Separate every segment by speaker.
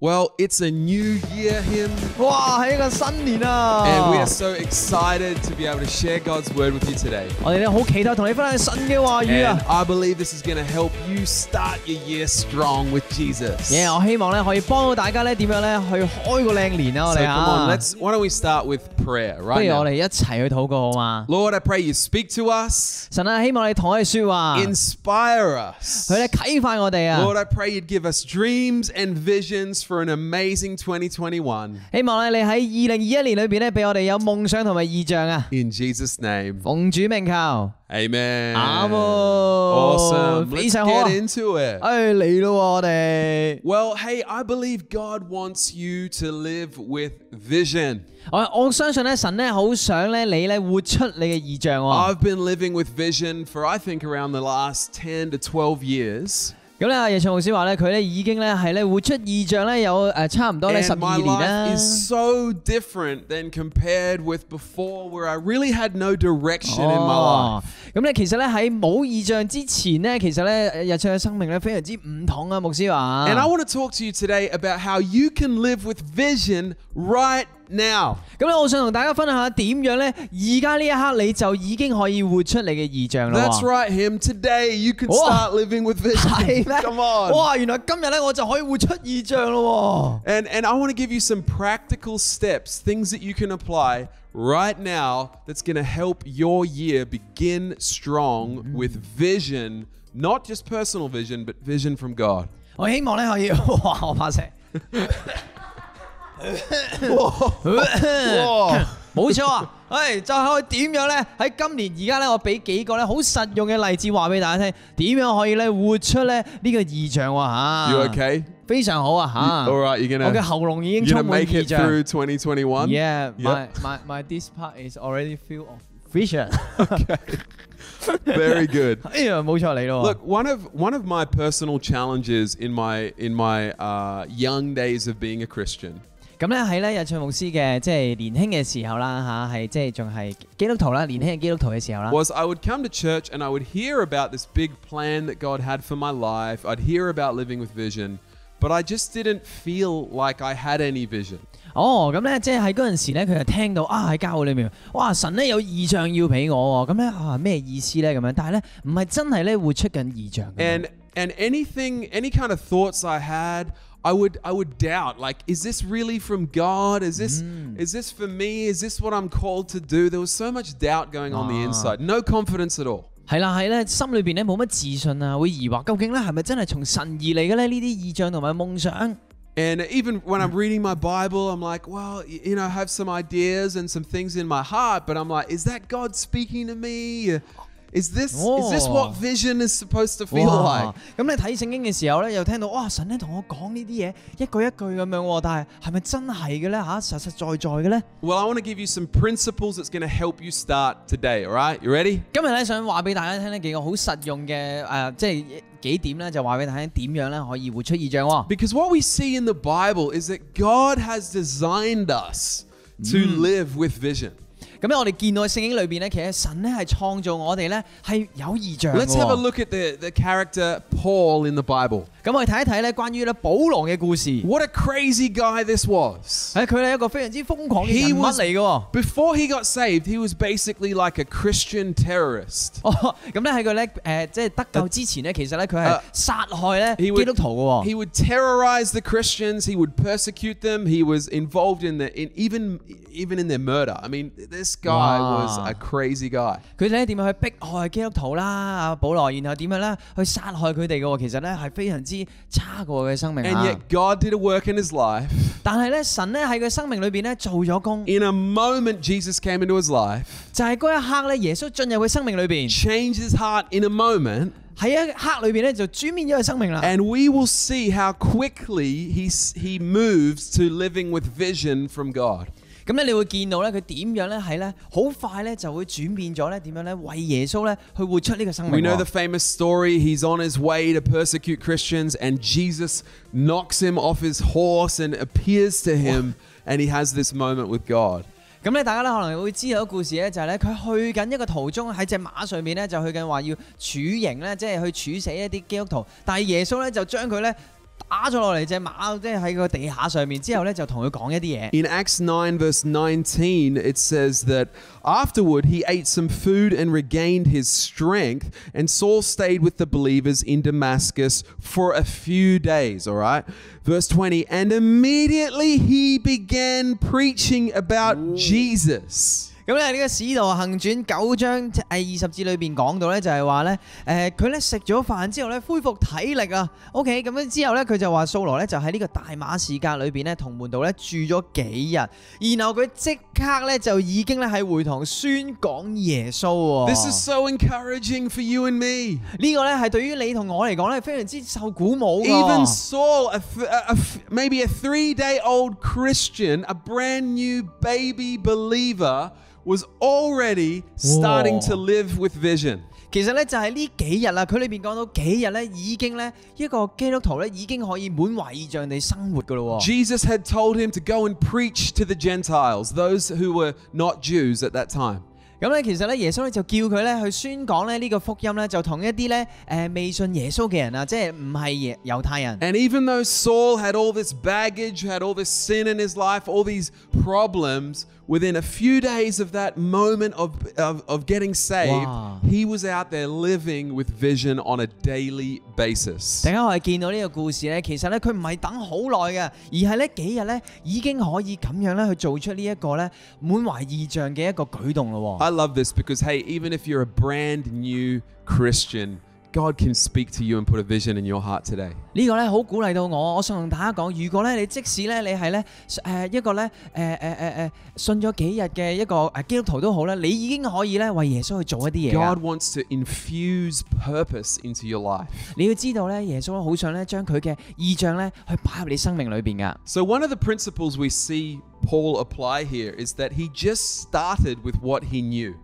Speaker 1: Well, it's a new year hymn,
Speaker 2: 哇！係一個新年啊！
Speaker 1: and Eh, we are so excited to be able to share God's word with you today.
Speaker 2: 我哋咧好期待同你分享神嘅話語
Speaker 1: And
Speaker 2: 啊！
Speaker 1: I believe this is going to help you start your year strong with Jesus.
Speaker 2: 耶！我希望咧可以幫到大家咧點樣咧去開個靚年啊！我
Speaker 1: So
Speaker 2: 哋
Speaker 1: come on,
Speaker 2: 啊，
Speaker 1: let's. Why don't we start with prayer
Speaker 2: 不
Speaker 1: right
Speaker 2: 如我
Speaker 1: now?
Speaker 2: 哋一齊去禱告好嘛？
Speaker 1: Lord, I pray you speak to us,
Speaker 2: 神啊，希望你同我哋說話，
Speaker 1: inspire us.
Speaker 2: 佢咧啟發我哋啊！
Speaker 1: Lord, I pray you'd give us dreams and visions for an amazing 2021.
Speaker 2: 希望咧你喺二零二一年裏邊咧俾我哋有夢想同埋意象啊！
Speaker 1: In Jesus' name.
Speaker 2: 奉主名求，
Speaker 1: Amen.
Speaker 2: Amen.
Speaker 1: Awesome. Let's
Speaker 2: Please, I hope.
Speaker 1: get into it.
Speaker 2: 哎嚟咯，我哋。
Speaker 1: Well, hey, I believe God wants you to live with vision.
Speaker 2: 我我相信咧，神咧好想咧你咧活出你嘅意象喎、
Speaker 1: I've been living with vision for I think around the last 10 to 12 years.
Speaker 2: 咁咧，阿夜唱老師話咧，佢咧已經咧係咧活出意象咧有誒差唔多咧
Speaker 1: And
Speaker 2: 十二
Speaker 1: my
Speaker 2: 年啦
Speaker 1: life。is so different than compared with before where I really had no direction in my life.
Speaker 2: 哦，咁咧其實咧喺冇意象之前咧，其實咧誒日唱嘅生命咧非常之唔同啊，牧師話。
Speaker 1: And I want to talk to you today about how you can live with vision right now.
Speaker 2: 咁咧，我想同大家分享下點樣咧，而家呢一刻你就已經可以活出你嘅意象啦喎。
Speaker 1: That's right, him. Today you can
Speaker 2: Whoa.
Speaker 1: start living with vision.
Speaker 2: 係咩
Speaker 1: Come on.
Speaker 2: 哇！原來今日咧我就可以活出意象咯
Speaker 1: And and I want to give you some practical steps, things that you can apply right now that's going to help your year begin strong
Speaker 2: Mm-hmm.
Speaker 1: with vision, not just personal vision, but vision from God.
Speaker 2: 喎！我希望咧可以， 哇！我 怕聲。
Speaker 1: Whoa.
Speaker 2: 冇錯啊！誒，就係可以點樣呢？喺今年而家呢，我俾幾個呢好實用嘅例子話俾大家聽，點樣可以呢活出呢呢個意象喎、啊、
Speaker 1: You okay?
Speaker 2: 非常好啊嚇！
Speaker 1: All right, you're
Speaker 2: 我嘅
Speaker 1: gonna
Speaker 2: 喉嚨已經
Speaker 1: you're
Speaker 2: 充
Speaker 1: gonna
Speaker 2: 滿
Speaker 1: make
Speaker 2: 意
Speaker 1: it
Speaker 2: 象。
Speaker 1: through 2021.
Speaker 2: Yeah, my
Speaker 1: Yep.
Speaker 2: my my this part is already full of vision。
Speaker 1: Very good.
Speaker 2: 哎呀，冇錯你咯喎。
Speaker 1: Look, one of one of my personal challenges in my in my uh, young days of being a Christian
Speaker 2: 咁咧喺咧日唱牧師嘅即係年輕嘅時候啦嚇，係即係仲係基督徒啦，年輕嘅基督徒嘅時候啦。
Speaker 1: was I would come to church and I would hear about this big plan that God had for my life. I'd hear about living with vision, but I just didn't feel like I had any vision.
Speaker 2: 哦，咁咧，即係喺嗰陣時咧，佢就聽到啊喺教會裏面，哇神咧有異象要俾我喎，咁咧啊咩意思咧咁樣？但係咧唔係真係咧活出緊異象嘅。
Speaker 1: And and anything any kind of thoughts I had, I would I would doubt like is this really from God? Is this is this for me? Is this what I'm called to do? There was so much doubt going on the
Speaker 2: Ah.
Speaker 1: inside. No confidence at all.
Speaker 2: 係啦係咧，心裏邊咧冇乜自信啊，會疑惑究竟咧係咪真係從神而嚟嘅咧？呢啲異象同埋夢想。
Speaker 1: And even when I'm reading my Bible, I'm like, well, y- you know, I have some ideas and some things in my heart, but I'm like, is that God speaking to me? Is this is this
Speaker 2: Oh.
Speaker 1: what vision is supposed to feel
Speaker 2: 哇
Speaker 1: like?！
Speaker 2: 咁你睇聖經嘅時候咧，又聽到哇神咧同我講呢啲嘢一句一句咁樣喎，但係係咪真係嘅咧嚇？實實在在嘅咧？
Speaker 1: Well, I want to give you some principles that's going to help you start today, all right? You ready?
Speaker 2: 今日咧想話俾大家聽呢幾個好實用嘅誒、呃即係幾點咧，就話俾大家聽點樣咧可以活出異象喎。
Speaker 1: Because what we see in the Bible is that God has designed us to live with vision.
Speaker 2: 咁咧我哋見到聖經裏邊咧，其實神咧係創造我哋咧係有異象嘅
Speaker 1: Let's have a
Speaker 2: 喎。
Speaker 1: look at the, the character Paul in the Bible.
Speaker 2: 咁我哋睇一睇咧關於咧保羅嘅故事，
Speaker 1: What a crazy guy this was.
Speaker 2: 係佢咧一個非常之瘋狂嘅
Speaker 1: He
Speaker 2: 人物
Speaker 1: was-
Speaker 2: 嚟嘅喎。
Speaker 1: Before he got saved, he was basically like a Christian terrorist.
Speaker 2: 哦，咁咧喺佢咧誒即係得救之前咧，其實咧佢係
Speaker 1: 啊
Speaker 2: 殺害咧
Speaker 1: He would-
Speaker 2: 基督徒嘅
Speaker 1: He
Speaker 2: 喎。
Speaker 1: would terrorize the Christians. He would persecute them. He was involved in the in even even in their murder. I mean, this guy
Speaker 2: Wow.
Speaker 1: was a crazy guy.
Speaker 2: 佢咧點樣去迫害基督徒啦，阿保羅，然後點樣咧去殺害佢哋嘅喎？其實咧係非常之差嘅喎佢嘅生命
Speaker 1: And
Speaker 2: 啊
Speaker 1: yet, God did a work in his life.
Speaker 2: 但係咧，神咧喺佢生命裏邊咧做咗工，
Speaker 1: In a moment, Jesus came into his life,
Speaker 2: 就係嗰一刻咧，耶穌進入佢生命裏邊，
Speaker 1: changed his heart in a moment,
Speaker 2: 喺一刻裏邊咧就轉變咗佢生命啦。
Speaker 1: and we will see how quickly he s- he moves to living with vision from God.
Speaker 2: 咁咧，你會見到咧，佢點樣咧係咧，好快咧就會轉變咗咧，點樣咧為耶穌咧去活出呢個生
Speaker 1: We
Speaker 2: 命
Speaker 1: know
Speaker 2: 喎。
Speaker 1: the famous story. He's on his way to persecute Christians, and Jesus knocks him off his horse and appears to him, and he has this moment with God.
Speaker 2: 咁咧，大家咧可能會知道個故事咧，就係咧佢去緊一個途中喺只馬上面咧，就去緊話要處刑咧，即係去處死一啲基督徒。但係耶穌咧就將佢咧打咗落嚟只馬，即係喺個地下上面之後咧，就同佢講一啲嘢。
Speaker 1: In Acts 9, verse 19, it says that afterward he ate some food and regained his strength, and Saul stayed with the believers in Damascus for a few days, all right? Verse 20, and immediately he began preaching about Jesus.
Speaker 2: 咁咧呢個《使徒行傳》九章誒二十節裏邊講到咧，就係話咧誒佢咧食咗飯之後咧恢復體力啊。OK，咁樣之後咧佢就話掃羅咧就喺呢個大馬士革裏邊咧同門徒咧住咗幾日，然後佢即刻咧就已經咧喺會堂宣講耶穌
Speaker 1: This is
Speaker 2: 喎。
Speaker 1: so encouraging for you and me.
Speaker 2: 呢個咧係對於你同我嚟講咧非常之受鼓舞
Speaker 1: Even
Speaker 2: 㗎。
Speaker 1: Saul, a th- a- a f- maybe a three day old Christian, a brand new baby believer, was already starting
Speaker 2: Whoa.
Speaker 1: to live with vision.
Speaker 2: 其實咧就係呢幾日啦，佢裏邊講到幾日咧已經咧一個基督徒咧已經可以滿懷異象地生活㗎咯喎。
Speaker 1: Jesus had told him to go and preach to the Gentiles, those who were not Jews at that time.
Speaker 2: 咁咧，其實咧，耶穌咧就叫佢咧去宣講咧呢個福音咧，就同一啲咧誒未信耶穌嘅人啊，即係唔係耶猶太人。
Speaker 1: And even though Saul had all this baggage, had all this sin in his life, all these problems, within a few days of that moment of, of, of getting saved,
Speaker 2: Wow.
Speaker 1: he was out there living with vision on a daily basis.
Speaker 2: 大家我係見到呢個故事咧，其實咧佢唔係等好耐嘅，而係咧幾日咧已經可以咁樣咧去做出呢一個咧滿懷異象嘅一個舉動咯喎。
Speaker 1: I love this because, hey, even if you're a brand new Christian, God can speak to you and put a vision in your heart today.
Speaker 2: 呢個咧好鼓勵到我，我想同大家講，如果咧你即使咧你係咧誒一個咧誒誒誒誒信咗幾日嘅一個誒基督徒都好啦，你已經可以咧為耶穌去做一啲嘢啊
Speaker 1: God wants to infuse purpose into your life.
Speaker 2: 你要知道咧，耶穌好想咧將佢嘅意象咧去擺入你生命裏邊噶。
Speaker 1: So, one of the principles we see Paul apply here is that he just started with what he knew.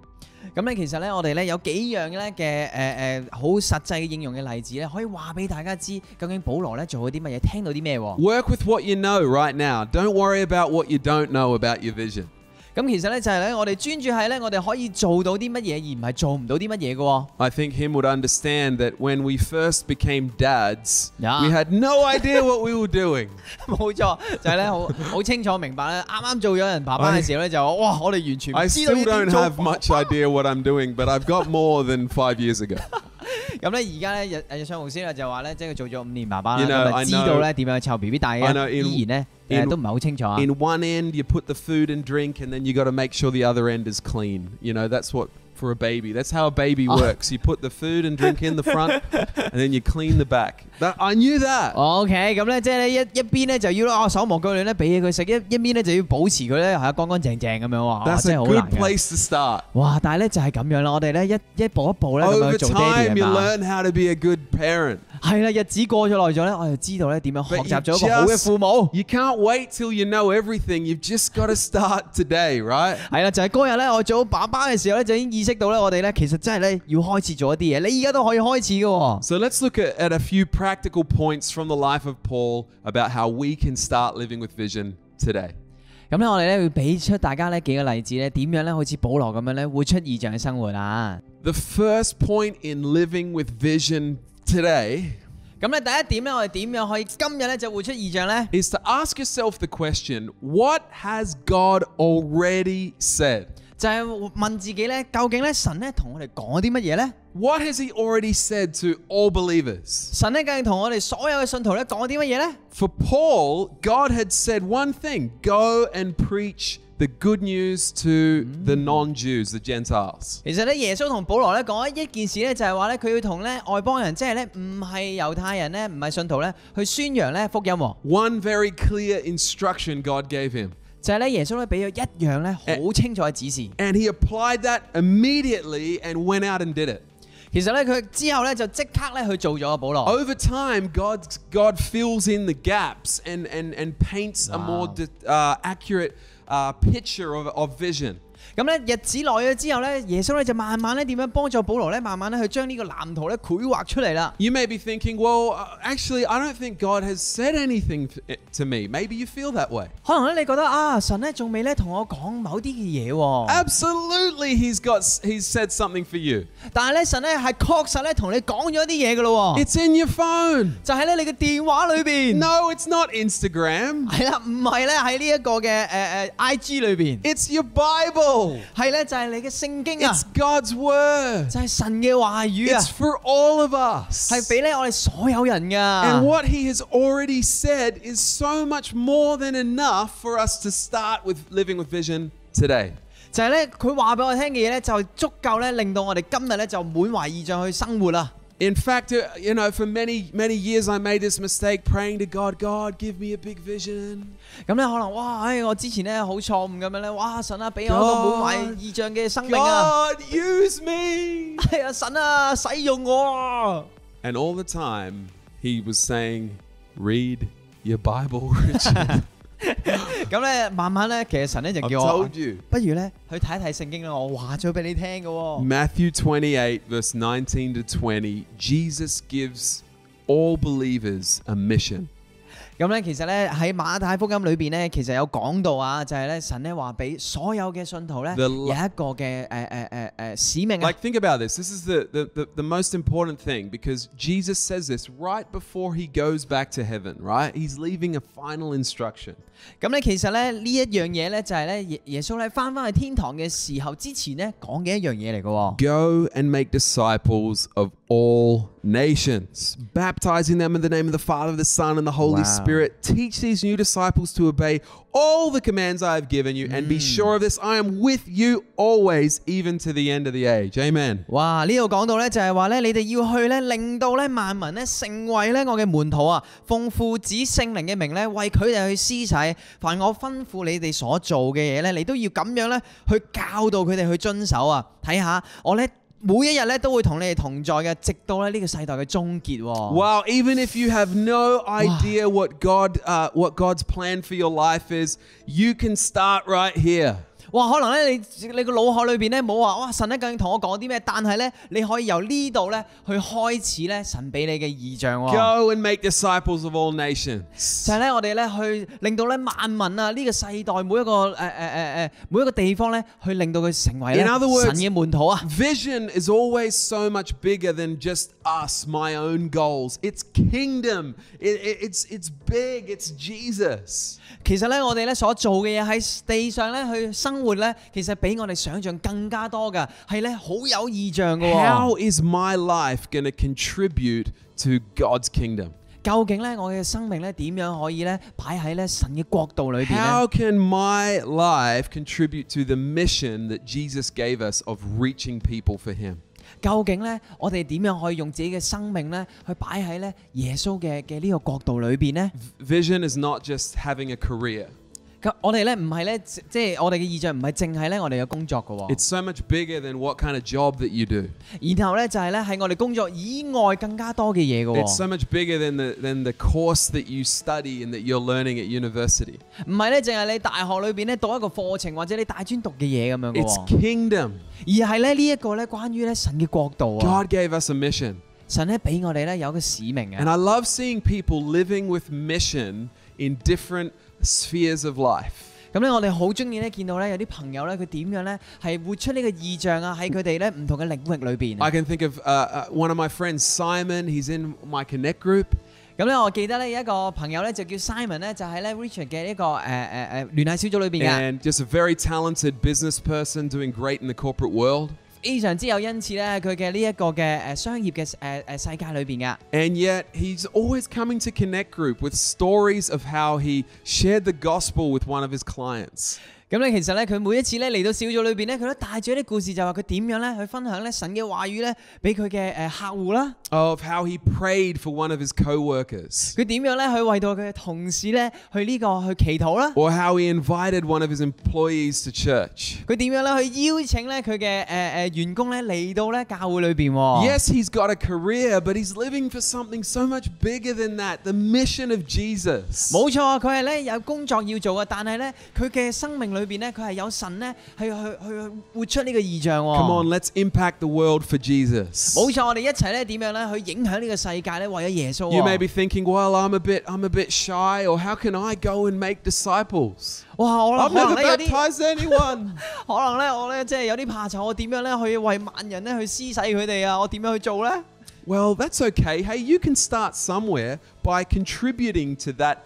Speaker 2: 咁咧其實咧，我哋咧有幾樣咧嘅誒誒好實際嘅應用嘅例子咧，可以話俾大家知究竟保羅咧做咗啲乜嘢，聽到啲咩喎？
Speaker 1: Work with what you know right now. Don't worry about what you don't know about your vision.
Speaker 2: 咁其實咧就係咧，我哋專注係咧，我哋可以做到啲乜嘢，而唔係做唔到啲乜 嘢嘅喎。
Speaker 1: I think him would understand that when we first became dads,
Speaker 2: Yeah.
Speaker 1: we had no idea what we were doing.
Speaker 2: 冇錯，就係咧好好清楚明白咧，啱啱做咗人爸爸嘅時候咧，就話哇，我哋完全唔
Speaker 1: I
Speaker 2: 知道
Speaker 1: still
Speaker 2: 呢
Speaker 1: don't
Speaker 2: 啲做
Speaker 1: have much idea what I'm doing, but I've got more than five years ago.
Speaker 2: 咁咧而家咧日日上紅師咧就話咧，即係佢做咗五年爸爸
Speaker 1: You know,
Speaker 2: 啦，咁啊
Speaker 1: I
Speaker 2: 知道咧點樣湊 B B，但
Speaker 1: I know
Speaker 2: 係
Speaker 1: in-
Speaker 2: 依然
Speaker 1: in-
Speaker 2: 咧誒都唔係好清楚啊。
Speaker 1: In one end, you put the food and drink, and then you got to make sure the other end is clean. You know, that's what for a baby. That's how a baby works. You put the food and drink in the front, and then you clean the back. That, I knew that.
Speaker 2: Oh, OK，咁咧即係咧一一邊咧就要哦手忙腳亂咧俾嘢佢食，一一邊咧就要保持佢咧係啊乾乾淨淨咁樣喎，哇
Speaker 1: That's
Speaker 2: 真
Speaker 1: a
Speaker 2: 係好
Speaker 1: good
Speaker 2: 難嘅。
Speaker 1: place to start.
Speaker 2: 哇！但係咧就係咁樣啦，我哋咧一一步一步咧咁樣
Speaker 1: Over
Speaker 2: 做爹哋
Speaker 1: time, you
Speaker 2: 係嘛？
Speaker 1: learn how to be a good parent.
Speaker 2: 係啦，日子過咗耐咗咧，我就知道咧點樣學
Speaker 1: But
Speaker 2: 習
Speaker 1: you
Speaker 2: 咗一個好嘅
Speaker 1: just-
Speaker 2: 父母。
Speaker 1: you can't wait till you know everything. You've just got to start today, right?
Speaker 2: 係啦，就係嗰日咧，我做好爸爸嘅時候咧，就已經意識到咧，我哋咧其實真係咧要開始做一啲嘢。你而家都可以開始嘅喎。
Speaker 1: So let's look at, at a few practical points from the life of Paul about how we can start living with vision today.
Speaker 2: 咁咧，我哋咧要俾出大家呢幾個例子咧，點樣咧好似保羅咁樣咧，活出異象嘅生活啊！
Speaker 1: The first point in living with vision today
Speaker 2: 咁咧第一點咧，我哋點樣可以今日咧就活出異象咧？
Speaker 1: is to ask yourself the question what has God already said?
Speaker 2: 就係問自己咧，究竟咧神咧同我哋講啲乜嘢咧？
Speaker 1: What has He already said to all believers?
Speaker 2: 神咧究竟同我哋所有嘅信徒咧講啲乜嘢咧？
Speaker 1: For Paul, God had said one thing go and preach the good news to the non Jews, the Gentiles.
Speaker 2: 其實咧，耶穌同保羅咧講一件事咧，就係話咧，佢要同咧外邦人，即係咧唔係猶太人咧，唔係信徒咧，去宣揚咧福音喎。
Speaker 1: One very clear instruction God gave him.
Speaker 2: 就係咧，耶穌咧俾咗一樣咧好清楚嘅指示。
Speaker 1: And he applied that immediately and went out and did it.
Speaker 2: 其實咧，佢之後咧就即刻咧去做咗啊保羅。
Speaker 1: Over time, God, God fills in the gaps and, and, and paints a more
Speaker 2: Wow.
Speaker 1: di- uh, accurate uh, picture of, of vision.
Speaker 2: 咁咧日子耐咗之後咧，耶穌咧就慢慢咧點樣幫助保羅咧，慢慢咧去將呢個藍圖咧繪畫出嚟啦。
Speaker 1: You may be thinking, well, uh, actually, I don't think God has said anything t- to me. Maybe you feel that way.
Speaker 2: 可能咧你覺得啊，神咧仲未咧同我講某啲嘅嘢喎，
Speaker 1: Absolutely, He's got s- He's said something for you.
Speaker 2: 但係咧神咧係確實咧同你講咗啲嘢噶咯喎，
Speaker 1: It's in your phone.
Speaker 2: 就喺咧你嘅電話裏邊。
Speaker 1: No, it's not Instagram.
Speaker 2: 係啦，唔係咧喺呢一個嘅誒誒 I G 裏邊，
Speaker 1: It's your Bible.
Speaker 2: 係咧就係你嘅聖經啊
Speaker 1: It's，God's word.
Speaker 2: 就係神嘅話語啊
Speaker 1: It's，for all of us.
Speaker 2: 係俾咧我哋所有人噶
Speaker 1: And。what he has already said is so much more than enough for us to start with living with vision today.
Speaker 2: 就係咧，佢話俾我聽嘅嘢咧，就係足夠咧，令到我哋今日咧就滿懷意象去生活啦。
Speaker 1: In fact, uh, you know, for many, many years I made this mistake praying to God, God, give me a big vision.
Speaker 2: 咁咧可能哇，唉，我之前咧好錯誤咁樣咧，哇，神啊，俾我一個滿懷意象嘅生命啊，
Speaker 1: God, use me.
Speaker 2: 係啊，神啊，使用我啊。
Speaker 1: And all the time he was saying, read your Bible, Richard.
Speaker 2: 咁咧慢慢咧，其實神咧就
Speaker 1: I've
Speaker 2: 叫我
Speaker 1: told，you.
Speaker 2: 不如咧去睇一睇聖經啦，我話咗俾你聽嘅喎。
Speaker 1: Matthew 28, verse 19 to 20, Jesus gives all believers a mission.
Speaker 2: 咁咧其實咧喺馬太福音裏邊咧，其實有講到啊，就係咧神咧話俾所有嘅信徒咧有
Speaker 1: The
Speaker 2: 一個嘅誒誒誒誒使命 啊。
Speaker 1: Like, think about this. This is the, the, the, the most important thing because Jesus says this right before he goes back to heaven, right? He's leaving a final instruction.
Speaker 2: 咁咧，其實咧呢一樣嘢咧，就係咧耶耶穌咧翻翻去天堂嘅時候之前咧講嘅一樣嘢嚟嘅喎。
Speaker 1: Go and make disciples of all nations, baptizing them in the name of the Father, the Son, and the Holy
Speaker 2: Wow.
Speaker 1: Spirit. Teach these new disciples to obey all the commands I have given you, and be sure of this I am with you always, even to the end of the age. Amen.
Speaker 2: 哇！呢度講到咧，就係話咧，你哋要去咧，令到咧萬民咧成為咧我嘅門徒啊，奉父子聖靈嘅名咧，為佢哋去施洗。凡我吩咐你哋所做嘅嘢咧，你都要咁樣咧去教導佢哋去遵守啊。睇下我咧每一日咧都會同你哋同在嘅，直到咧呢個世代嘅終結喎。
Speaker 1: Wow, even if you have no idea what God uh, what God's plan for your life is, you can start right here.
Speaker 2: 哇，可能咧你你個腦海裏邊咧冇話哇神咧究竟同我講啲咩，但係咧你可以由呢度咧去開始咧神俾你嘅意象喎、
Speaker 1: Go and make disciples of all nations.
Speaker 2: 就係咧，我哋咧去令到咧萬民啊，呢、個世代每一個誒誒誒誒每一個地方咧，去令到佢成為咧
Speaker 1: In other words-
Speaker 2: 神嘅門徒啊！
Speaker 1: Vision is always so much bigger than just us, my own goals. It's kingdom. It- it- it's it's big. It's Jesus.
Speaker 2: 其實咧，我哋咧所做嘅嘢喺地上咧去生活咧，其實比我哋想象更加多㗎，係咧好有意象㗎喎。
Speaker 1: How is my life going to contribute to God's kingdom?
Speaker 2: 究竟咧我嘅生命咧點樣可以咧擺喺咧神嘅國度裏邊咧？
Speaker 1: How can my life contribute to the mission that Jesus gave us of reaching people for Him?
Speaker 2: 究竟咧，我哋點樣可以用自己嘅生命咧，去擺喺咧耶穌嘅嘅呢個國度裏邊咧？
Speaker 1: Vision is not just having a career.
Speaker 2: 咁我哋咧唔係咧，即即係我哋嘅意象唔係淨係咧我哋嘅工作嘅喎。
Speaker 1: It's so much bigger than what kind of job that you do.
Speaker 2: 然後咧就係咧喺我哋工作以外更加多嘅嘢嘅
Speaker 1: It's
Speaker 2: 喎。
Speaker 1: so much bigger than the than the course that you study and that you're learning at university.
Speaker 2: 唔係咧，淨係你大學裏邊咧讀一個課程或者你大專讀嘅嘢咁樣嘅
Speaker 1: It's
Speaker 2: 喎，
Speaker 1: kingdom.
Speaker 2: 而係咧呢一個咧關於咧神嘅國度啊，
Speaker 1: God gave us a mission.
Speaker 2: 神咧俾我哋咧有一個使命啊
Speaker 1: And。I love seeing people living with mission in different spheres of life.
Speaker 2: 咁咧我哋好中意咧見到咧有啲朋友咧佢點樣咧係活出呢個意象啊喺佢哋咧唔同嘅領域裏邊啊
Speaker 1: I can think of uh, uh, one of my friends, Simon. He's in my Connect group.
Speaker 2: 咁咧，我記得咧有一個朋友咧就叫 Simon 咧，就喺咧 Richard 嘅呢個誒誒誒聯繫小組裏邊嘅，
Speaker 1: And just a very talented business person doing great in the corporate world.
Speaker 2: 非常之有恩賜咧，佢嘅呢一個嘅誒商業嘅誒誒世界裏邊嘅。
Speaker 1: And yet, he's always coming to Connect Group with stories of how he shared the gospel with one of his clients.
Speaker 2: 咁咧其實咧，佢每一次咧嚟到小組裏邊咧，佢都帶住一啲故事，就話佢點樣咧去分享咧神嘅話語咧，俾佢嘅誒客戶啦，
Speaker 1: of how he prayed for one of his co-workers
Speaker 2: 佢點樣咧去為到佢嘅同事咧去呢個去祈禱啦。
Speaker 1: or how he invited one of his employees to church.
Speaker 2: 佢點樣咧去邀請咧佢嘅誒誒員工咧嚟到咧教會裏邊喎。
Speaker 1: Yes, he's got a career, but he's living for something so much bigger than that, the mission of Jesus.
Speaker 2: 冇錯，佢係咧有工作要做嘅，但係咧佢嘅生命裏裏邊咧，佢係有神咧，係去去去活出呢個異象喎。
Speaker 1: Come on, let's impact the world for Jesus.
Speaker 2: 冇錯，我哋一齊咧點樣咧去影響呢個世界咧，為咗耶穌喎。
Speaker 1: You may be thinking, well, I'm a bit, I'm a bit shy, or how can I go and make disciples?
Speaker 2: 哇！我諗
Speaker 1: I've
Speaker 2: 可能
Speaker 1: never
Speaker 2: 咧有啲，
Speaker 1: baptized anyone.
Speaker 2: 可能咧我咧即係有啲怕醜，我點樣咧去為萬人咧去施洗佢哋啊？我點樣去做咧？
Speaker 1: well, that's okay. Hey, you can start somewhere by contributing to that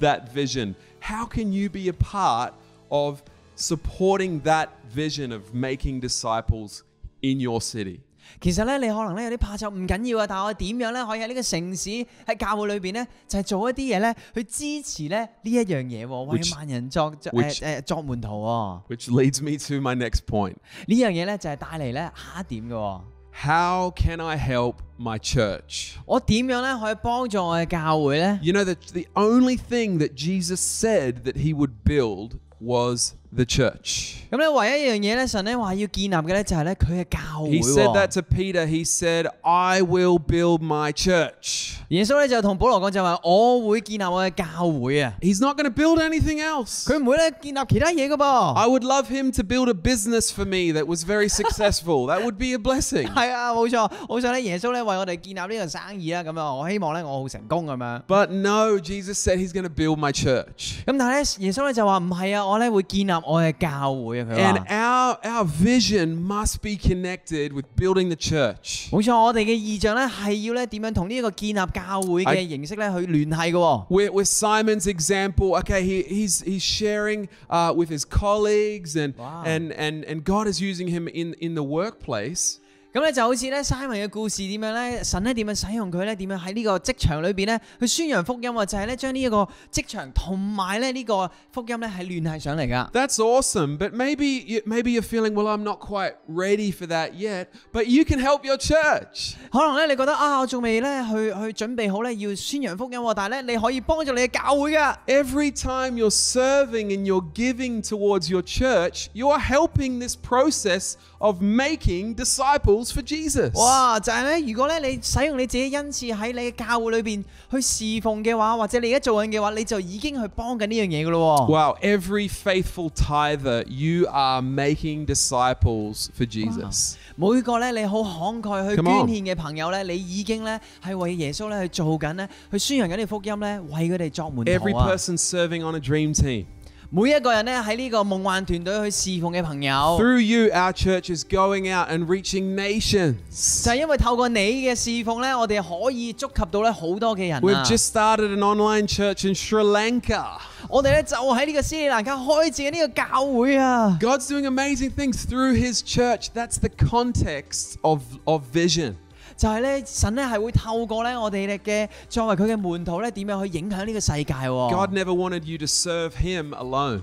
Speaker 1: that vision. How can you be a part of supporting that vision of making disciples in your city?
Speaker 2: 其實咧，你可能咧有啲怕醜唔緊要啊，但係我點樣咧可以喺呢個城市喺教會裏邊咧，就係、做一啲嘢咧去支持咧呢一樣嘢喎，為
Speaker 1: Which-
Speaker 2: 萬人作作
Speaker 1: which-
Speaker 2: 誒誒作門徒喎。
Speaker 1: Which leads me to my next point.
Speaker 2: 呢樣嘢咧就係帶嚟咧下一點嘅喎。
Speaker 1: How can I help my church?
Speaker 2: 我點樣咧可以幫助我嘅教會咧？
Speaker 1: You know that the only thing that Jesus said that he would build was the church.
Speaker 2: 咁咧唯一一樣嘢咧，神咧話要建立嘅咧就係咧佢嘅教會
Speaker 1: He said that
Speaker 2: 喎。
Speaker 1: to Peter. He said, "I will build my church."
Speaker 2: 耶穌咧就同保羅講就話：我會建立我嘅教會啊！
Speaker 1: He's not going to build anything else.
Speaker 2: 佢唔會咧建立其他嘢嘅噃。
Speaker 1: I would love him to build a business for me that was very successful. that would be a blessing.
Speaker 2: 係啊，冇錯，好想咧耶穌咧為我哋建立呢個生意啦，啊咁樣我希望咧我好成功咁樣。
Speaker 1: But no, Jesus said he's going to build my church.
Speaker 2: 咁但係咧，耶穌咧就話唔係啊，我咧會建立我嘅教會啊。佢
Speaker 1: And
Speaker 2: 話
Speaker 1: our our vision must be connected with building the church.
Speaker 2: 冇錯，我哋嘅意象咧係要咧點樣同呢一個建立教會嘅形式咧去聯繫嘅喎。
Speaker 1: with, with Simon's example, okay, he, he's he's sharing uh, with his colleagues, and,
Speaker 2: Wow.
Speaker 1: and and and God is using him in in the workplace.
Speaker 2: 咁咧就好似咧 Simon 嘅故事點樣咧，神咧點樣使用佢咧，點樣喺呢個職場裏邊咧去宣揚福音啊，就係咧將呢一個職場同埋咧呢個福音咧係聯繫上嚟噶。
Speaker 1: That's awesome, but maybe you, maybe you're feeling, well, I'm not quite ready for that yet. But you can help your church.
Speaker 2: 可能咧你覺得啊，我仲未咧去去準備好咧要宣揚福音喎，但係咧你可以幫助你嘅教會噶。
Speaker 1: Every time you're serving and you're giving towards your church, you're helping this process of making disciples for Jesus.
Speaker 2: 哇！就係咧，如果咧你使用你自己恩賜喺你嘅教會裏邊去侍奉嘅話，或者你而家做緊嘅話，你就已經去幫緊呢樣嘢噶咯喎。
Speaker 1: Wow, every faithful tither, you are making disciples for Jesus.
Speaker 2: 每個咧你好慷慨去捐
Speaker 1: Come on
Speaker 2: 獻嘅朋友咧，你已經咧係為耶穌咧去做緊咧，去宣揚緊呢個福音咧，為佢哋作門
Speaker 1: Every
Speaker 2: 徒啊！
Speaker 1: person serving on a dream team.
Speaker 2: 每一個人咧喺呢個夢幻團隊去侍奉嘅朋友，
Speaker 1: Through you, our church is going out and reaching nations.
Speaker 2: 就係因為透過你嘅侍奉咧，我哋可以觸及到咧好多嘅人啊
Speaker 1: We've just started an online church in Sri Lanka.
Speaker 2: 我哋咧就喺呢個斯里蘭卡開展呢個教會啊！
Speaker 1: God's doing amazing things through His church. That's the context of, of vision.
Speaker 2: 就係咧，神咧係會透過咧我哋嘅作為佢嘅門徒咧，點樣去影響呢個世界喎
Speaker 1: God never wanted you to serve Him alone,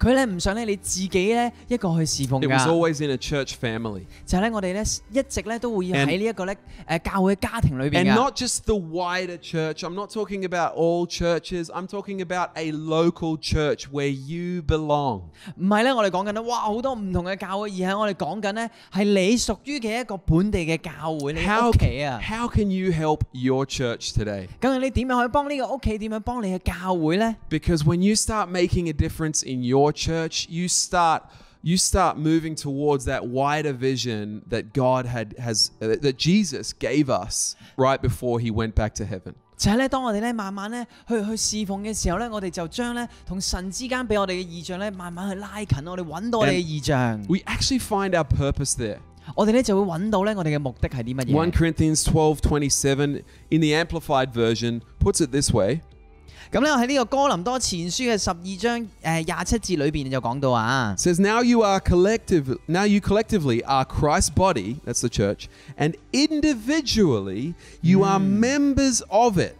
Speaker 2: 佢咧唔想咧你自己咧一個去侍奉
Speaker 1: it was
Speaker 2: 㗎，
Speaker 1: always in a church family.
Speaker 2: 就係咧我哋咧一直咧都會
Speaker 1: And-
Speaker 2: 喺呢一個咧誒教會嘅家庭裏邊
Speaker 1: And
Speaker 2: 㗎。
Speaker 1: not just the wider church. I'm not talking about all churches. I'm talking about a local church where you belong.
Speaker 2: 唔係咧，我哋講緊咧，哇好多唔同嘅教會，而係我哋講緊咧係你屬於嘅一個本地嘅教會，你
Speaker 1: How,
Speaker 2: 屋企啊。
Speaker 1: how can you help your church today?
Speaker 2: 究竟你點樣可以幫呢個屋企？點樣幫你嘅教會咧？
Speaker 1: Because when you start making a difference in your church, you start you start moving towards that wider vision that God had has uh, that Jesus gave us right before he went back to heaven.
Speaker 2: 就係咧，當我哋咧慢慢咧去去侍奉嘅時候咧，我哋就將咧同神之間俾我哋嘅意象咧，慢慢去拉近，我哋揾到我哋嘅意象，
Speaker 1: We actually find our purpose there.
Speaker 2: 我哋咧就會揾到咧我哋嘅目的係啲乜
Speaker 1: 1
Speaker 2: 嘢。
Speaker 1: Corinthians 12:27 in the amplified version puts it this way.
Speaker 2: 咁咧喺呢個哥林多前書嘅十二章誒廿七節裏邊就講到啊
Speaker 1: It，says now you are collective now you collectively are Christ's body, that's the church, and individually you are members of it,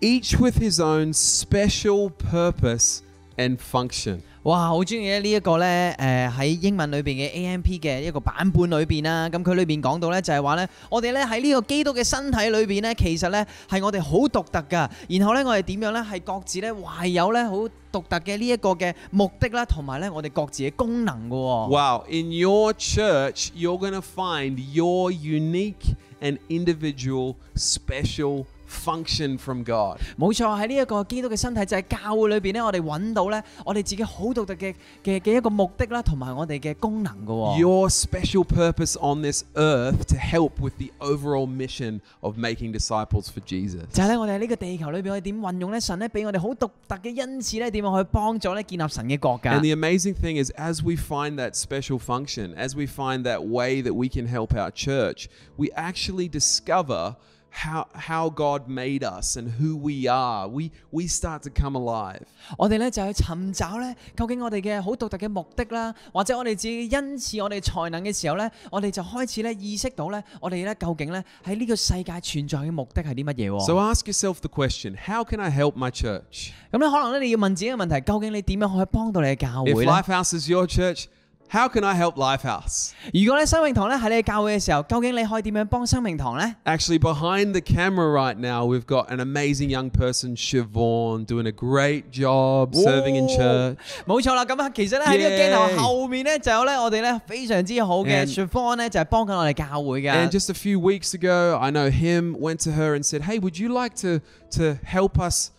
Speaker 1: each with his own special purpose and function.
Speaker 2: 哇，好中意咧呢一個咧誒喺英文裏邊嘅 AMP 嘅一個版本裏邊啦。咁佢裏邊講到咧就係話咧，我哋咧喺呢個基督嘅身體裏邊咧，其實咧係我哋好獨特噶。然後咧我哋點樣咧係各自咧懷有咧好獨特嘅呢一個嘅目的啦，同埋咧我哋各自嘅功能噶喎。
Speaker 1: Wow, in your church you're going to find your unique and individual special function from God.
Speaker 2: 冇錯，喺呢一個基督嘅身體就係教會裏邊咧，我哋揾到咧，我哋自己好獨特嘅嘅嘅一個目的啦，同埋我哋嘅功能嘅喎。
Speaker 1: Your special purpose on this earth to help with the overall mission of making disciples for Jesus.
Speaker 2: 就係咧，我哋喺呢個地球裏邊，我哋點運用咧神咧俾我哋好獨特嘅恩賜咧，點樣去幫助咧建立神嘅國
Speaker 1: And
Speaker 2: 㗎
Speaker 1: the？amazing thing is, as we find that special function, as we find that way that we can help our church, we actually discover how, how God made us and who we are. We, we start to come alive.
Speaker 2: 我哋咧就去尋找咧，究竟我哋嘅好獨特嘅目的啦，或者我哋自己嘅恩賜、我哋才能嘅時候咧，我哋就開始咧意識到咧，我哋咧究竟咧喺呢個世界存在嘅目的係啲乜嘢喎？
Speaker 1: So ask yourself the question how can I help my church?
Speaker 2: 咁咧可能咧你要問自己嘅問題，究竟你點樣可以幫到你嘅教
Speaker 1: If
Speaker 2: 會咧？
Speaker 1: Lifehouse is your church, how can I help Lifehouse?
Speaker 2: 如果咧生命堂咧喺你嘅教會嘅時候，究竟你可以點樣幫生命堂呢？
Speaker 1: Actually, behind the camera right now, we've got an amazing young person, Siobhan, doing a great job serving in church.
Speaker 2: 冇錯啦，咁啊，其實咧喺呢個鏡頭後面咧就有咧我哋咧非常之好嘅
Speaker 1: And-
Speaker 2: 雪方咧就係幫緊我哋教會
Speaker 1: And
Speaker 2: 嘅。
Speaker 1: just a few weeks ago, I know him went to her and said, "Hey, would you like to to help us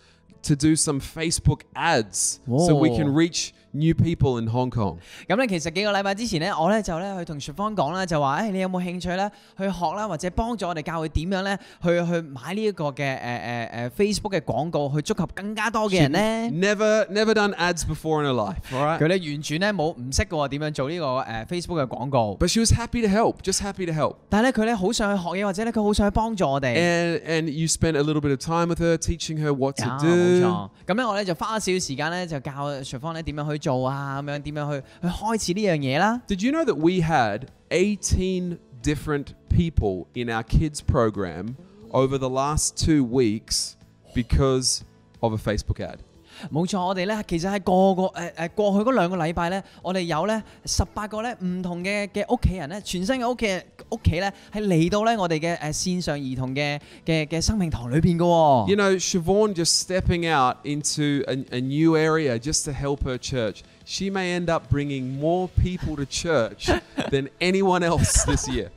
Speaker 1: to do some Facebook ads so we can
Speaker 2: Whoa.
Speaker 1: reach new people in Hong Kong?"
Speaker 2: 咁咧其實幾個禮拜之前咧，我咧就咧去同雪方講啦，就話誒、哎你有冇興趣咧去學啦，或者幫助我哋教會點樣咧去去買呢一個嘅誒誒誒 Facebook 嘅廣告，去觸及更加多嘅人呢？
Speaker 1: Never never done ads before in her life, all
Speaker 2: 佢
Speaker 1: right?
Speaker 2: 咧完全咧冇唔識嘅喎點樣做呢、個誒、Facebook 嘅廣告，
Speaker 1: But she was happy to help, just happy to help.
Speaker 2: 但係咧佢咧好想去學嘢，或者咧佢好想去幫助我哋。
Speaker 1: And and you spent a little bit of time with her, teaching her what
Speaker 2: 啊
Speaker 1: to
Speaker 2: 冇
Speaker 1: do.
Speaker 2: 錯，咁咧我咧就花少少時間咧就教徐芳咧點樣去做啊，咁樣點樣去去開始呢樣嘢啦。
Speaker 1: Did you know that we had 18 different people in our kids program over the last 2 weeks because of a Facebook ad?
Speaker 2: 冇錯，我哋咧其實係個個誒誒過去嗰兩個禮拜咧，我哋有咧十八個咧唔同嘅嘅屋企人咧，全新嘅屋企人屋企咧係嚟到咧我哋嘅誒線上兒童嘅嘅嘅生命堂裏邊嘅喎。
Speaker 1: You know, Siobhan just stepping out into a, a new area just to help her church. She may end up bringing more people to church than anyone else this year.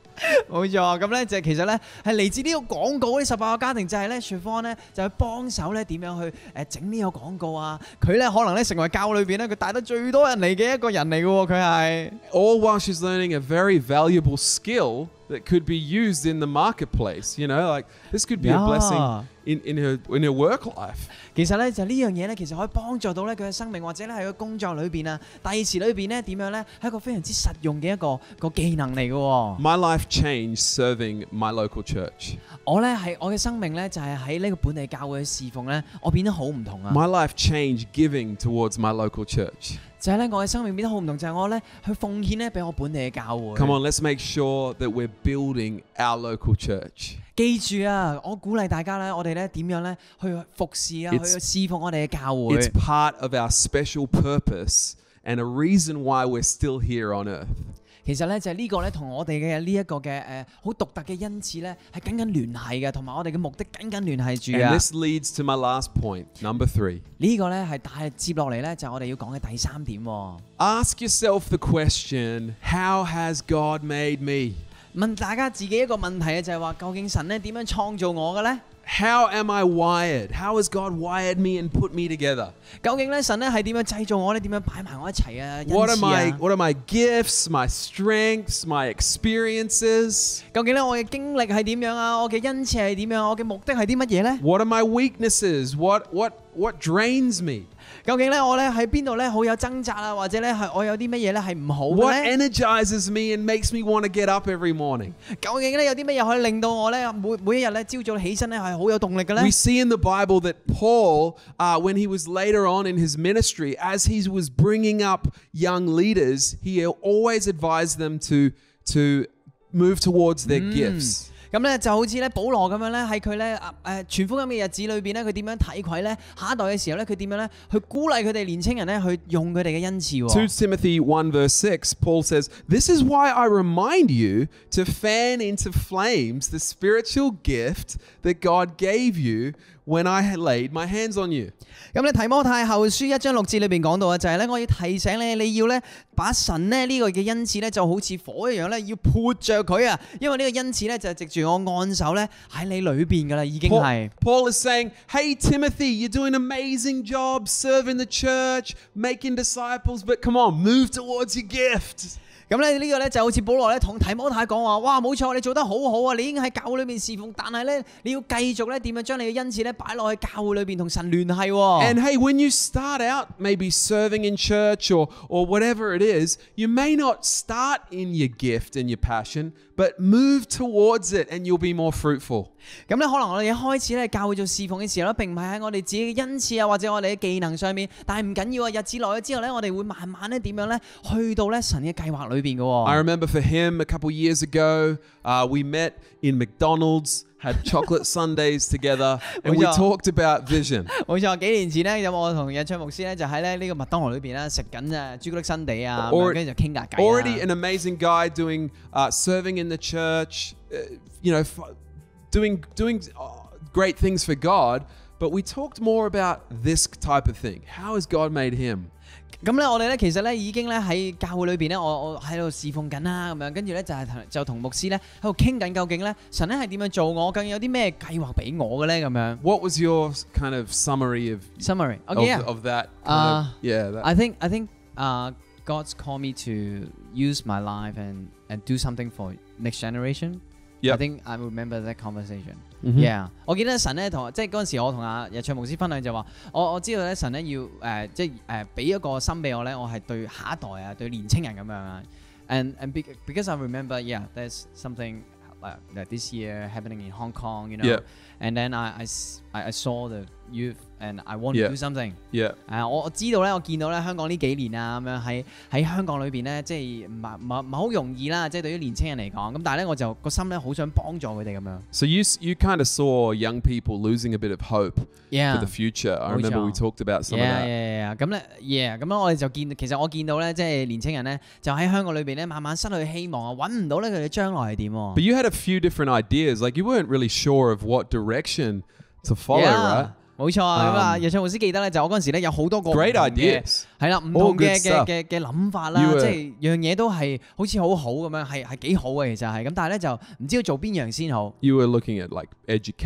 Speaker 2: 冇錯，咁咧就其實咧係嚟自呢個廣告呢十八個家庭就係咧雪芳咧就去幫手咧點樣去誒整呢個廣告啊！佢咧可能咧成為教裏邊咧佢帶得最多人嚟嘅一個人嚟嘅喎，佢係
Speaker 1: All while she's learning a very valuable skill that could be used in the marketplace. You know, like this could be a
Speaker 2: Yeah.
Speaker 1: blessing in, in her in her work life.
Speaker 2: 其實咧就呢樣嘢咧其實可以幫助到咧佢嘅生命或者咧喺佢工作裏邊啊，第二時裏邊咧點樣咧係一個非常之實用嘅一個個技能嚟嘅喎。
Speaker 1: My life changed serving my local church.
Speaker 2: 我咧係我嘅生命咧就係喺呢個本地教會侍奉咧，我變得好唔同啊！
Speaker 1: My life changed giving towards my local church.
Speaker 2: 就係咧我嘅生命變得好唔同，就係我咧去奉獻咧俾我本地嘅教會。
Speaker 1: Come on, let's make sure that we're building our local church.
Speaker 2: 記住啊！我鼓勵大家咧，我哋咧點樣咧去服侍啊，
Speaker 1: It's-
Speaker 2: 去侍奉我哋嘅教
Speaker 1: It's
Speaker 2: 會。
Speaker 1: part of our special purpose and a reason why we're still here on earth.
Speaker 2: 其實咧就係呢個咧同我哋嘅呢一個嘅誒好獨特嘅恩賜咧係緊緊聯繫嘅，同埋我哋嘅目的緊緊聯繫住
Speaker 1: And
Speaker 2: 啊！
Speaker 1: this leads to my last point, number three.
Speaker 2: 呢個咧係帶接落嚟咧就係我哋要講嘅第三點喎。
Speaker 1: Ask yourself the question How has God made me?
Speaker 2: 問大家自己一個問題啊，就係話究竟神咧點樣創造我嘅咧？
Speaker 1: How am I wired? How has God wired me and put me together?
Speaker 2: 究竟咧神咧係點樣製造我咧？點樣擺埋我一齊啊？恩
Speaker 1: What are
Speaker 2: 賜
Speaker 1: my
Speaker 2: 啊？
Speaker 1: what are my gifts, my strengths, my experiences?
Speaker 2: 究竟咧我嘅經歷係點樣啊？我嘅恩賜係點樣？我嘅目的係啲乜嘢咧？
Speaker 1: What are my weaknesses? What what what drains me?
Speaker 2: 究竟咧我咧喺邊度咧好有掙扎啊，或者咧係我有啲乜嘢咧係唔好嘅
Speaker 1: What
Speaker 2: 咧？
Speaker 1: energizes me and makes me want to get up every morning?
Speaker 2: 究竟咧有啲乜嘢可以令到我咧每每一日咧朝早起身咧係好有動力嘅咧
Speaker 1: We？see in the Bible that Paul, uh, when he was later on in his ministry, as he was bringing up young leaders, he always advised them to to move towards their gifts.
Speaker 2: 咁咧就好似咧保羅咁樣咧，喺佢咧誒傳福音嘅日子裏邊咧，佢點樣體愧咧下一代嘅時候咧，佢點樣咧去鼓勵佢哋年青人咧去用佢哋嘅恩賜
Speaker 1: 2
Speaker 2: 喎。
Speaker 1: Timothy 1, verse 6, Paul says, This is why I remind you to fan into flames the spiritual gift that God gave you when I had laid my hands on you.
Speaker 2: 咁咧提摩太後書一章六節裏邊講到啊，就係咧我要提醒你，你要咧把神咧呢個嘅恩賜咧就好似火一樣咧，要潑着佢啊，因為呢個恩賜咧就係藉住我按手咧喺你裏邊噶啦，已經
Speaker 1: Paul,
Speaker 2: 係。
Speaker 1: Paul is saying, Hey, Timothy, you're doing an amazing job serving the church, making disciples, but come on, move towards your gift.
Speaker 2: 咁咧呢個咧就好似保羅咧同提摩太講話，哇冇錯，你做得好好啊，你已經喺教會裏面侍奉，但係咧你要繼續咧點樣將你嘅恩賜咧擺落去教會裏邊同神聯繫喎。
Speaker 1: And hey, when you start out maybe serving in church or, or whatever it is, you may not start in your gift and your passion, but move towards it and you'll be more fruitful.
Speaker 2: 咁咧，可能我哋一開始咧教會做侍奉嘅時候咧，並唔係喺我哋自己嘅恩賜啊，或者我哋嘅技能上面，但係唔緊要啊。日子耐咗之後咧，我哋會慢慢咧點樣咧，去到咧神嘅計劃裏邊嘅
Speaker 1: I
Speaker 2: 喎。
Speaker 1: remember for him a couple years ago, uh, we met in McDonald's, had chocolate sundaes together, and we
Speaker 2: Yeah.
Speaker 1: talked about vision.
Speaker 2: 冇錯，幾年前咧，咁我同日昌牧師咧就喺咧呢個麥當勞裏邊咧食緊啊朱古力新地啊，咁
Speaker 1: Or-
Speaker 2: 樣跟住就傾下偈
Speaker 1: Already
Speaker 2: 啊
Speaker 1: an amazing guy doing uh, serving in the church, uh, you know, f- doing doing uh, great things for God. But we talked more about this type of thing. How has God made him?
Speaker 2: 咁咧，我哋咧其實咧已經咧喺教會裏邊咧，我我喺度侍奉緊啦，咁樣跟住咧就係同就同牧師咧喺度傾緊，究竟咧神咧係點樣做我，究竟有啲咩計劃俾我嘅咧咁樣。
Speaker 1: What was your kind of summary of of,
Speaker 2: Summary，OK 啊。
Speaker 1: of that? kind of-
Speaker 2: Oh, Uh,
Speaker 1: yeah, that,
Speaker 2: I think I think uh, God's called me to use my life and and do something for next generation.
Speaker 1: Yep.
Speaker 2: I think I remember that conversation.
Speaker 1: Mhm.
Speaker 2: Yeah，我記得神咧同即係嗰陣時，我同阿日卓牧師分享就話，我我知道咧神咧要誒、呃即係誒俾一個心俾我咧，我係對下一代啊，對年青人咁樣啊。And and be- because I remember, yeah, there's something uh, that this year happening in Hong Kong, you know.
Speaker 1: Yep.
Speaker 2: And then I, I s- I- I saw the youth, and I want
Speaker 1: Yeah.
Speaker 2: to do something.
Speaker 1: yeah.
Speaker 2: 啊！我我知道咧，我見到咧香港呢幾年啊，咁樣喺喺香港裏邊咧，即係唔係唔係唔係好容易啦，即係對於年青人嚟講。咁但係咧，我就個心咧好想幫助佢哋咁樣。
Speaker 1: So you s- you kind of saw young people losing a bit of hope for
Speaker 2: Yeah.
Speaker 1: the future. I
Speaker 2: Oh,
Speaker 1: remember we
Speaker 2: yeah.
Speaker 1: talked about some of
Speaker 2: Yeah,
Speaker 1: that.
Speaker 2: yeah, yeah. 咁咧，yeah，咁樣我哋就見，其實我見到咧，即係年青人咧，就喺香港裏邊咧，慢慢失去希望啊，揾唔到咧佢哋將來係點喎。
Speaker 1: But you had a few different ideas. Like you weren't really sure of what direction to follow, right?
Speaker 2: Yeah，冇錯啊，咁啊，
Speaker 1: Um,
Speaker 2: 日卓老師記得咧，就我嗰陣時咧有好多個
Speaker 1: Great
Speaker 2: 唔同嘅
Speaker 1: ideas.
Speaker 2: 係啦，唔同
Speaker 1: good
Speaker 2: 嘅嘅
Speaker 1: stuff. 啊
Speaker 2: 嘅嘅諗法啦
Speaker 1: You，were-
Speaker 2: 即係樣嘢都係好似好好咁樣，係係幾好嘅其實係，咁但係咧就唔知道做邊樣先好。
Speaker 1: You were looking at like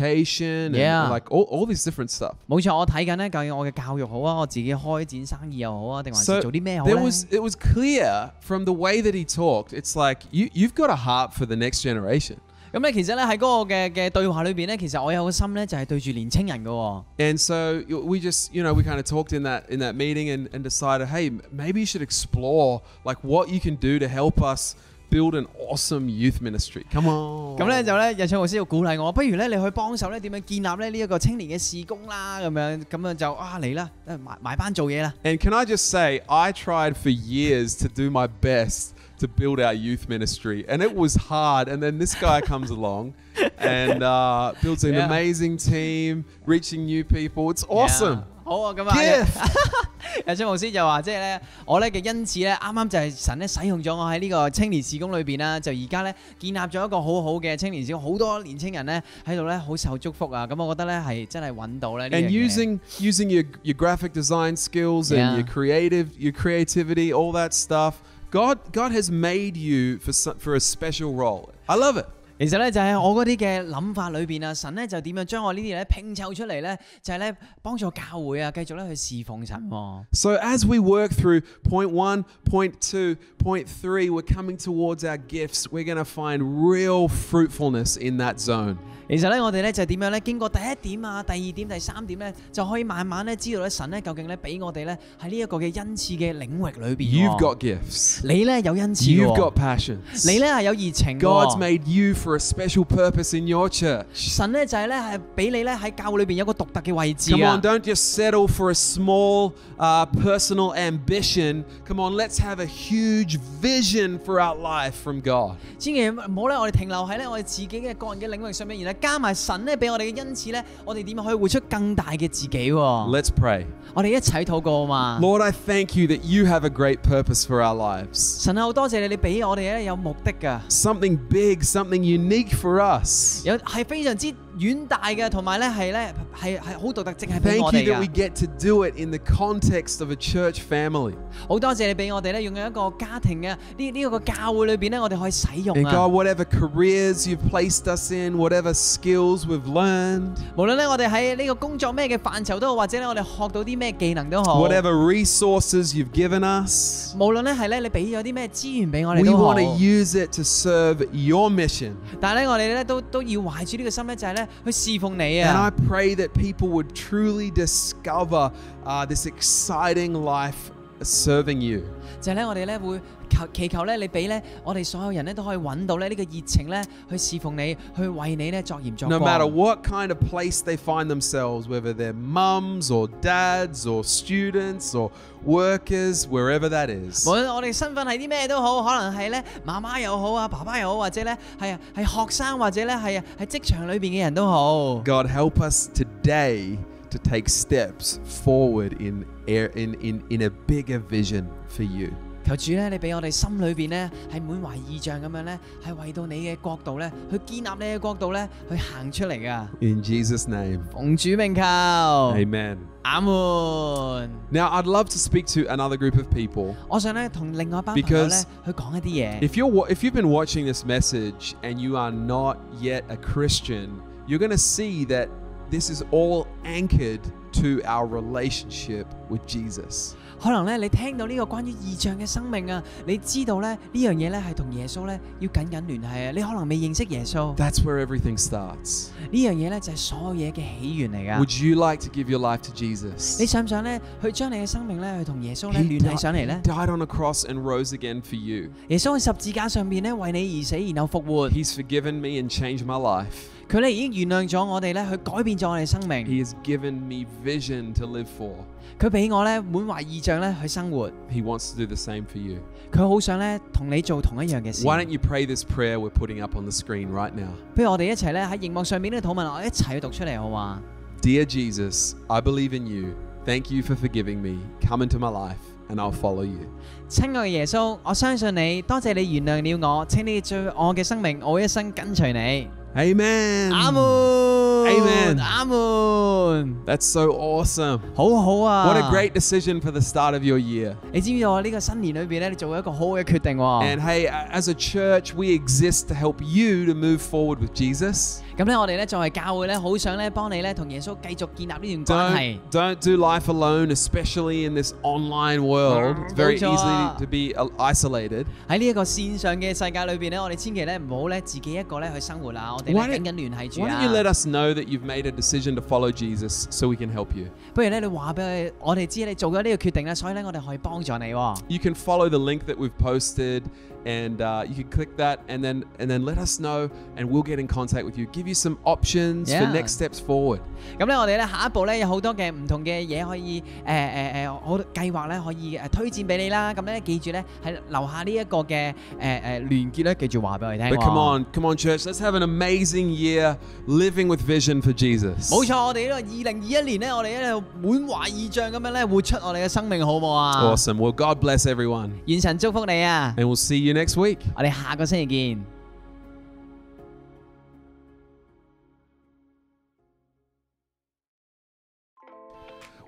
Speaker 1: education
Speaker 2: Yeah.
Speaker 1: and like all, all this different stuff.
Speaker 2: 冇錯，我睇緊咧，究竟我嘅教育好啊，我自己開展生意又好啊，定還是
Speaker 1: So
Speaker 2: 做啲咩好
Speaker 1: there
Speaker 2: 咧？
Speaker 1: was it was clear from the way that he talked. It's like you you've got a heart for the next generation.
Speaker 2: 咁咧，其實咧喺嗰個嘅嘅對話裏邊咧，其實我有個心咧就係對住年青人嘅喎。
Speaker 1: And so you- we just, you know, we kind of talked in that in that meeting and, and decided, hey, m- maybe you should explore like what you can do to help us build an awesome youth ministry. Come on.
Speaker 2: 咁咧就咧，日卓老師要鼓勵我，不如咧你去幫手咧點樣建立咧呢一個青年嘅事工啦，咁樣咁樣就啊嚟啦，誒埋埋班做嘢啦。
Speaker 1: And can I just say, I tried for years to do my best to build our youth ministry, and it was hard. And then this guy comes along and uh, builds an
Speaker 2: Yeah.
Speaker 1: amazing team, reaching new people. It's awesome.
Speaker 2: 好啊，咁啊。 有張牧師就話，即係咧，我咧嘅恩賜咧，啱啱就係神咧使用咗我喺呢個青年事工裏邊啦，就而家咧建立咗一個好好嘅青年事工，好多年青人咧喺度咧好受祝福啊！咁我覺得咧係真係揾到咧呢
Speaker 1: And
Speaker 2: 樣嘢。
Speaker 1: using using your, your graphic design skills and
Speaker 2: Yeah.
Speaker 1: your creative your creativity, all that stuff. God God has made you for so- for a special role. I love it.
Speaker 2: 其實咧就喺我嗰啲嘅諗法裏邊啊，神咧就點樣將我呢啲咧拼湊出嚟咧，就係咧幫助教會啊，繼續咧去侍奉神喎。
Speaker 1: So as we work through point one, point two, point three, we're coming towards our gifts. We're going to find real fruitfulness in that zone.
Speaker 2: 其實咧，我哋咧就係點樣咧？經過第一點啊、第二點、第三點咧，就可以慢慢咧知道咧神咧究竟咧俾我哋咧喺呢一個嘅恩賜嘅領域裏邊喎。
Speaker 1: You've got gifts.
Speaker 2: 你咧有恩賜嘅
Speaker 1: You've
Speaker 2: 喎
Speaker 1: got passions.
Speaker 2: 你咧係有熱情嘅
Speaker 1: God's
Speaker 2: 喎。
Speaker 1: made you for a special purpose in your church.
Speaker 2: 神咧就係咧係俾你咧喺教會裏邊有個獨特嘅位置
Speaker 1: Come
Speaker 2: 啊
Speaker 1: on, don't just settle for a small uh, personal ambition. Come on, let's have a huge vision for our life from God.
Speaker 2: 千祈唔好咧，我哋停留喺咧我哋自己嘅個人嘅領域上面，然後加埋神咧俾我哋嘅恩賜咧，我哋點樣可以活出更大嘅自己喎？我
Speaker 1: Let's pray.
Speaker 2: 哋一齊禱告啊嘛！
Speaker 1: Lord, I thank you that you have a great purpose for our lives.
Speaker 2: 神啊，好多謝你，你俾我哋咧有目的㗎，
Speaker 1: something big, something unique for us.
Speaker 2: 有係非常之遠大嘅，同埋咧係咧係係好獨特，淨係俾
Speaker 1: Thank
Speaker 2: 我
Speaker 1: you
Speaker 2: 哋
Speaker 1: that we
Speaker 2: 㗎。
Speaker 1: get to do it in the context of a church family.
Speaker 2: 好多謝你俾我哋咧，用一個家庭嘅呢呢個教會裏邊咧，我哋可以使用
Speaker 1: And
Speaker 2: 啊
Speaker 1: God,。whatever careers you've placed us in, whatever skills we've learned,
Speaker 2: 無論咧我哋喺呢個工作咩嘅範疇都好，或者咧我哋學到啲咩技能都好。
Speaker 1: whatever resources you've given us,
Speaker 2: 無論咧係咧你俾咗啲咩資源俾我哋
Speaker 1: we
Speaker 2: 都好
Speaker 1: want。to use it to serve your mission.
Speaker 2: 但係咧我哋咧都都要懷住呢個心咧，就係咧去侍奉你
Speaker 1: And
Speaker 2: 啊
Speaker 1: I！pray that people would truly discover uh, this exciting life serving you.
Speaker 2: 就係咧我哋咧會求祈求咧你俾咧我哋所有人咧都可以揾到咧呢個熱情咧去侍奉你，去為你咧作鹽作
Speaker 1: No matter
Speaker 2: 光。
Speaker 1: what kind of place they find themselves, whether they're mums or dads or students or workers, wherever that is.
Speaker 2: 無論我哋身份係啲咩都好，可能係咧媽媽又好啊，爸爸又好，或者咧係啊係學生或者咧係啊係職場裏邊嘅人都好。
Speaker 1: God, help us today to take steps forward in, air, in, in, in a bigger vision for you.
Speaker 2: 求主咧，你俾我哋心裏邊咧係滿懷意象咁樣咧，係為到你嘅國度咧，去建立你嘅國度咧，去行出嚟噶。
Speaker 1: In Jesus' name,
Speaker 2: 奉主命求，阿
Speaker 1: amen.
Speaker 2: 門。
Speaker 1: Now, I'd love to speak to another group of people.
Speaker 2: 我想咧同另外一班朋友咧
Speaker 1: Because-
Speaker 2: 去講一啲嘢。
Speaker 1: If you're wa- if you've been watching this message and you are not yet a Christian, you're going to see that this is all anchored to our relationship with Jesus.
Speaker 2: 可能咧你聽到呢個關於意象嘅生命啊，你知道咧呢樣嘢咧係同耶穌咧要緊緊聯繫啊。你可能未認識耶穌，呢
Speaker 1: That's where everything starts.
Speaker 2: 樣嘢咧就係所有嘢嘅起源嚟噶。
Speaker 1: Would you like to give your life to
Speaker 2: 你
Speaker 1: Jesus?
Speaker 2: 想唔想咧去將你嘅生命咧去同耶穌咧
Speaker 1: He
Speaker 2: 聯
Speaker 1: di-
Speaker 2: 繫上嚟
Speaker 1: he
Speaker 2: 咧？
Speaker 1: died on a cross and rose again for you.
Speaker 2: 耶穌喺十字架上面咧為你而死，然後復活。
Speaker 1: He's forgiven me and changed my life.
Speaker 2: 佢咧已經原諒咗我哋咧，佢改變咗我哋生命，
Speaker 1: He has given me vision to live for.
Speaker 2: 佢俾我咧滿懷意象咧去生活，
Speaker 1: He wants to do the same for you.
Speaker 2: 佢好想咧同你做同一樣嘅事。
Speaker 1: Why don't you pray this prayer we're putting up on the screen right now?
Speaker 2: 不如我哋一齊咧喺熒幕上面呢個討論，我一齊去讀出嚟好嘛？
Speaker 1: Dear Jesus, I believe in you. Thank you for forgiving me. Come into my life and I'll follow you.
Speaker 2: 親愛嘅耶穌，我相信你，多謝你原諒了我，請你最我嘅生命，我一生跟隨你。
Speaker 1: Amen.
Speaker 2: 阿門
Speaker 1: Amen
Speaker 2: 阿門，
Speaker 1: That's so awesome.
Speaker 2: 好好啊
Speaker 1: What a great decision for the start of your year.
Speaker 2: 你知唔知我呢個新年裏邊咧，你做咗一個好好嘅決定喎
Speaker 1: And。hey, a- as a church, we exist to help you to move forward with Jesus.
Speaker 2: 咁咧，我哋咧作為教會咧，好想咧幫你咧同耶穌繼續建立呢段關係
Speaker 1: Don't,。don't do life alone, especially in this online world. It's very easy
Speaker 2: Good job.
Speaker 1: to be uh, isolated.
Speaker 2: 喺呢一個線上嘅世界裏邊咧，我哋千祈咧唔好咧自己一個咧去生活啦，我哋
Speaker 1: Why
Speaker 2: 咧
Speaker 1: don't-
Speaker 2: 緊緊聯繫住
Speaker 1: Why don't you let
Speaker 2: 啊。
Speaker 1: us know that you've made a decision to follow Jesus so we can help you?
Speaker 2: 不如咧，你話俾我哋知你做咗呢個決定啦，所以咧我哋可以幫助你喎。
Speaker 1: you can follow the link that we've posted and uh, you can click that and then and then let us know and we'll get in contact with you give you some options for
Speaker 2: Yeah.
Speaker 1: next steps forward
Speaker 2: 咁咧，我哋咧下一步咧有好多嘅唔同嘅嘢可以誒誒誒，好多計劃咧可以誒推薦俾你啦。咁咧記住咧喺留下呢一個嘅誒誒連結咧，記住話俾我哋聽
Speaker 1: but come
Speaker 2: 喎。
Speaker 1: on come on church let's have an amazing year living with vision for jesus
Speaker 2: 冇錯，我哋呢個二零二一年咧，我哋喺度滿懷意象咁樣咧活出我哋嘅生命，好唔好 啊？
Speaker 1: awesome well god bless everyone
Speaker 2: 願神祝福你啊！
Speaker 1: and we'll see you next week
Speaker 2: 我哋下個星期見。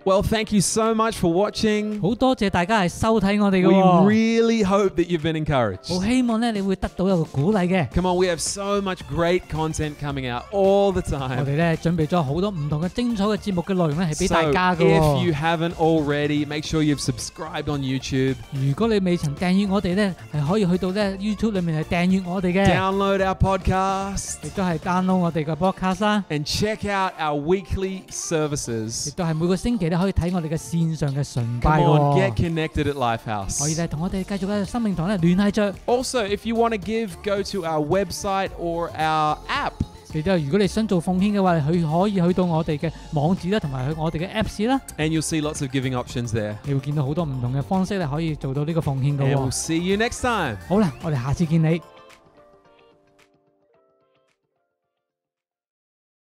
Speaker 1: well thank you so much for watching
Speaker 3: 好多謝大家係收睇我哋嘅
Speaker 1: we
Speaker 3: 喎，
Speaker 1: really hope that you've been encouraged
Speaker 3: 好希望咧你會得到一個鼓勵嘅。
Speaker 1: come on we have so much great content coming out all the
Speaker 3: 我
Speaker 1: time
Speaker 3: 哋咧準備咗好多唔同嘅精彩嘅節目嘅內容咧係俾
Speaker 1: So
Speaker 3: 大家嘅
Speaker 1: if you
Speaker 3: 喎。
Speaker 1: haven't already make sure you've subscribed on youtube
Speaker 3: 如果你未曾訂閱我哋咧，係可以去到咧 YouTube 裏面係訂閱我哋嘅，
Speaker 1: download our podcast
Speaker 3: 亦都係 download 我哋嘅 podcast 啦，
Speaker 1: and check out our weekly
Speaker 3: 亦
Speaker 1: services.
Speaker 3: 都係每個星期咧可以睇我哋嘅線上嘅崇拜
Speaker 1: Come on,
Speaker 3: 喎
Speaker 1: get。connected at
Speaker 3: 可以
Speaker 1: Lifehouse.
Speaker 3: 咧同我哋繼續喺生命堂咧聯繫着。
Speaker 1: Also, if you want to give, go to our website or our app.
Speaker 3: 亦都如果你想做奉獻嘅話，佢可以去到我哋嘅網址啦，同埋去我哋嘅 Apps 啦，
Speaker 1: And you'll see lots of giving options there.
Speaker 3: 你會見到好多唔同嘅方式咧可以做到呢個奉獻嘅
Speaker 1: And we'll
Speaker 3: 喎。
Speaker 1: see you next time.
Speaker 3: 好啦，我哋下次見你。